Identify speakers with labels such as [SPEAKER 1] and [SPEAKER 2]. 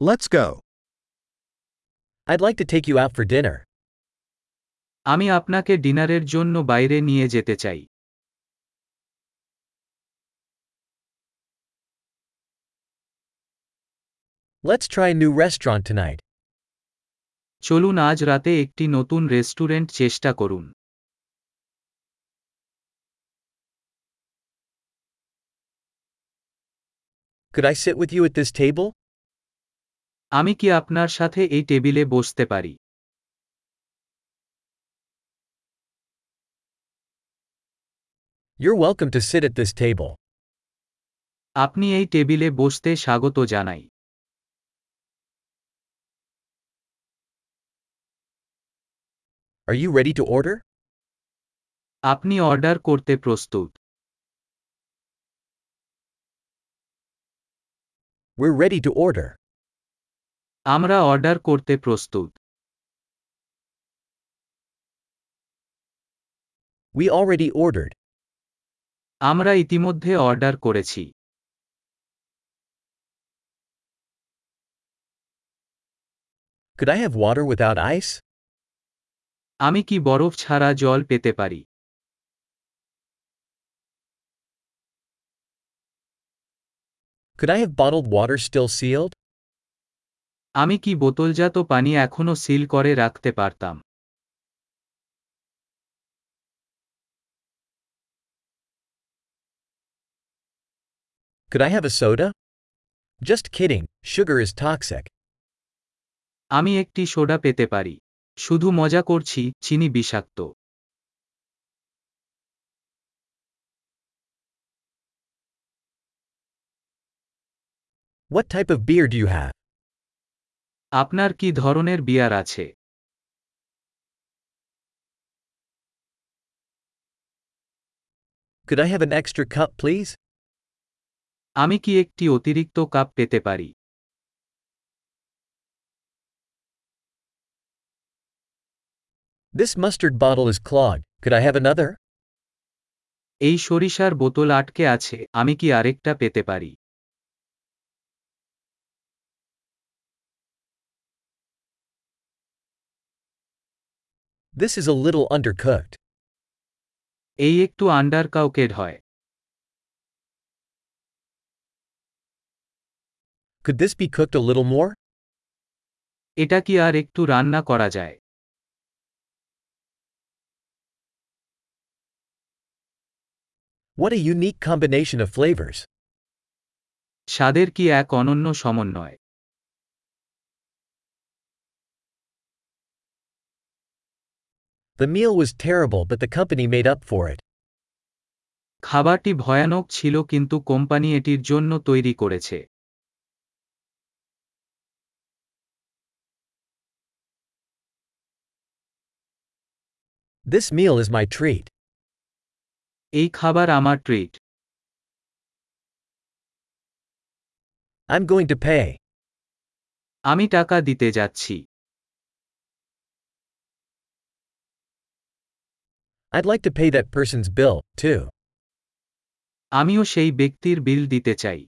[SPEAKER 1] Let's go.
[SPEAKER 2] I'd like to take you out for dinner.
[SPEAKER 3] আমি আপনাকে ডিনারের জন্য বাইরে নিয়ে যেতে চাই
[SPEAKER 2] Let's try a new restaurant tonight.
[SPEAKER 3] চলুন আজ রাতে একটি নতুন রেস্টুরেন্ট চেষ্টা করুন
[SPEAKER 2] Could I sit with you at this table?
[SPEAKER 3] আমি কি আপনার সাথে এই টেবিলে বসতে পারি
[SPEAKER 2] You're welcome to sit at this table.
[SPEAKER 3] আপনি এই টেবিলে বসতে স্বাগত জানাই
[SPEAKER 2] Are you ready to order?
[SPEAKER 3] আপনি অর্ডার করতে প্রস্তুত
[SPEAKER 2] We're ready to order.
[SPEAKER 3] আমরা অর্ডার করতে প্রস্তুত
[SPEAKER 2] We already ordered.
[SPEAKER 3] আমরা ইতিমধ্যে অর্ডার করেছি
[SPEAKER 2] Could I have water without ice?
[SPEAKER 3] আমি কি বরফ ছাড়া জল পেতে পারি
[SPEAKER 2] Could I have bottled water still sealed?
[SPEAKER 3] আমি কি বোতলজাত পানি এখনও সিল করে রাখতে পারতাম
[SPEAKER 2] Could I have a soda? Just kidding, sugar is toxic.
[SPEAKER 3] আমি একটি সোডা পেতে পারি শুধু মজা করছি চিনি বিষাক্ত
[SPEAKER 2] What type of beer do you have?
[SPEAKER 3] আপনার কি ধরনের বিয়ার আছে
[SPEAKER 2] Could I have an extra cup, please?
[SPEAKER 3] আমি কি একটি অতিরিক্ত কাপ পেতে পারি
[SPEAKER 2] This mustard bottle is clogged. Could I have another?
[SPEAKER 3] এই সরিষার বোতল আটকে আছে আমি কি আরেকটা পেতে পারি
[SPEAKER 2] This is a little undercooked.
[SPEAKER 3] এই একটু আন্ডার কাউকেড হয়
[SPEAKER 2] Could this be cooked a little more?
[SPEAKER 3] এটা কি আর একটু রান্না করা যায়
[SPEAKER 2] What a unique combination of flavors.
[SPEAKER 3] স্বাদের কি এক অনন্য সমন্বয়
[SPEAKER 2] The meal was terrible, but the company made up for it.
[SPEAKER 3] খাবারটি ভয়ানক ছিল কিন্তু কোম্পানি এটির জন্য তৈরি করেছে
[SPEAKER 2] This meal is my treat.
[SPEAKER 3] এই খাবার আমার treat
[SPEAKER 2] I'm going to pay.
[SPEAKER 3] আমি টাকা দিতে যাচ্ছি
[SPEAKER 2] I'd like to pay that person's bill, too.
[SPEAKER 3] আমিও সেই ব্যক্তির বিল দিতে চাই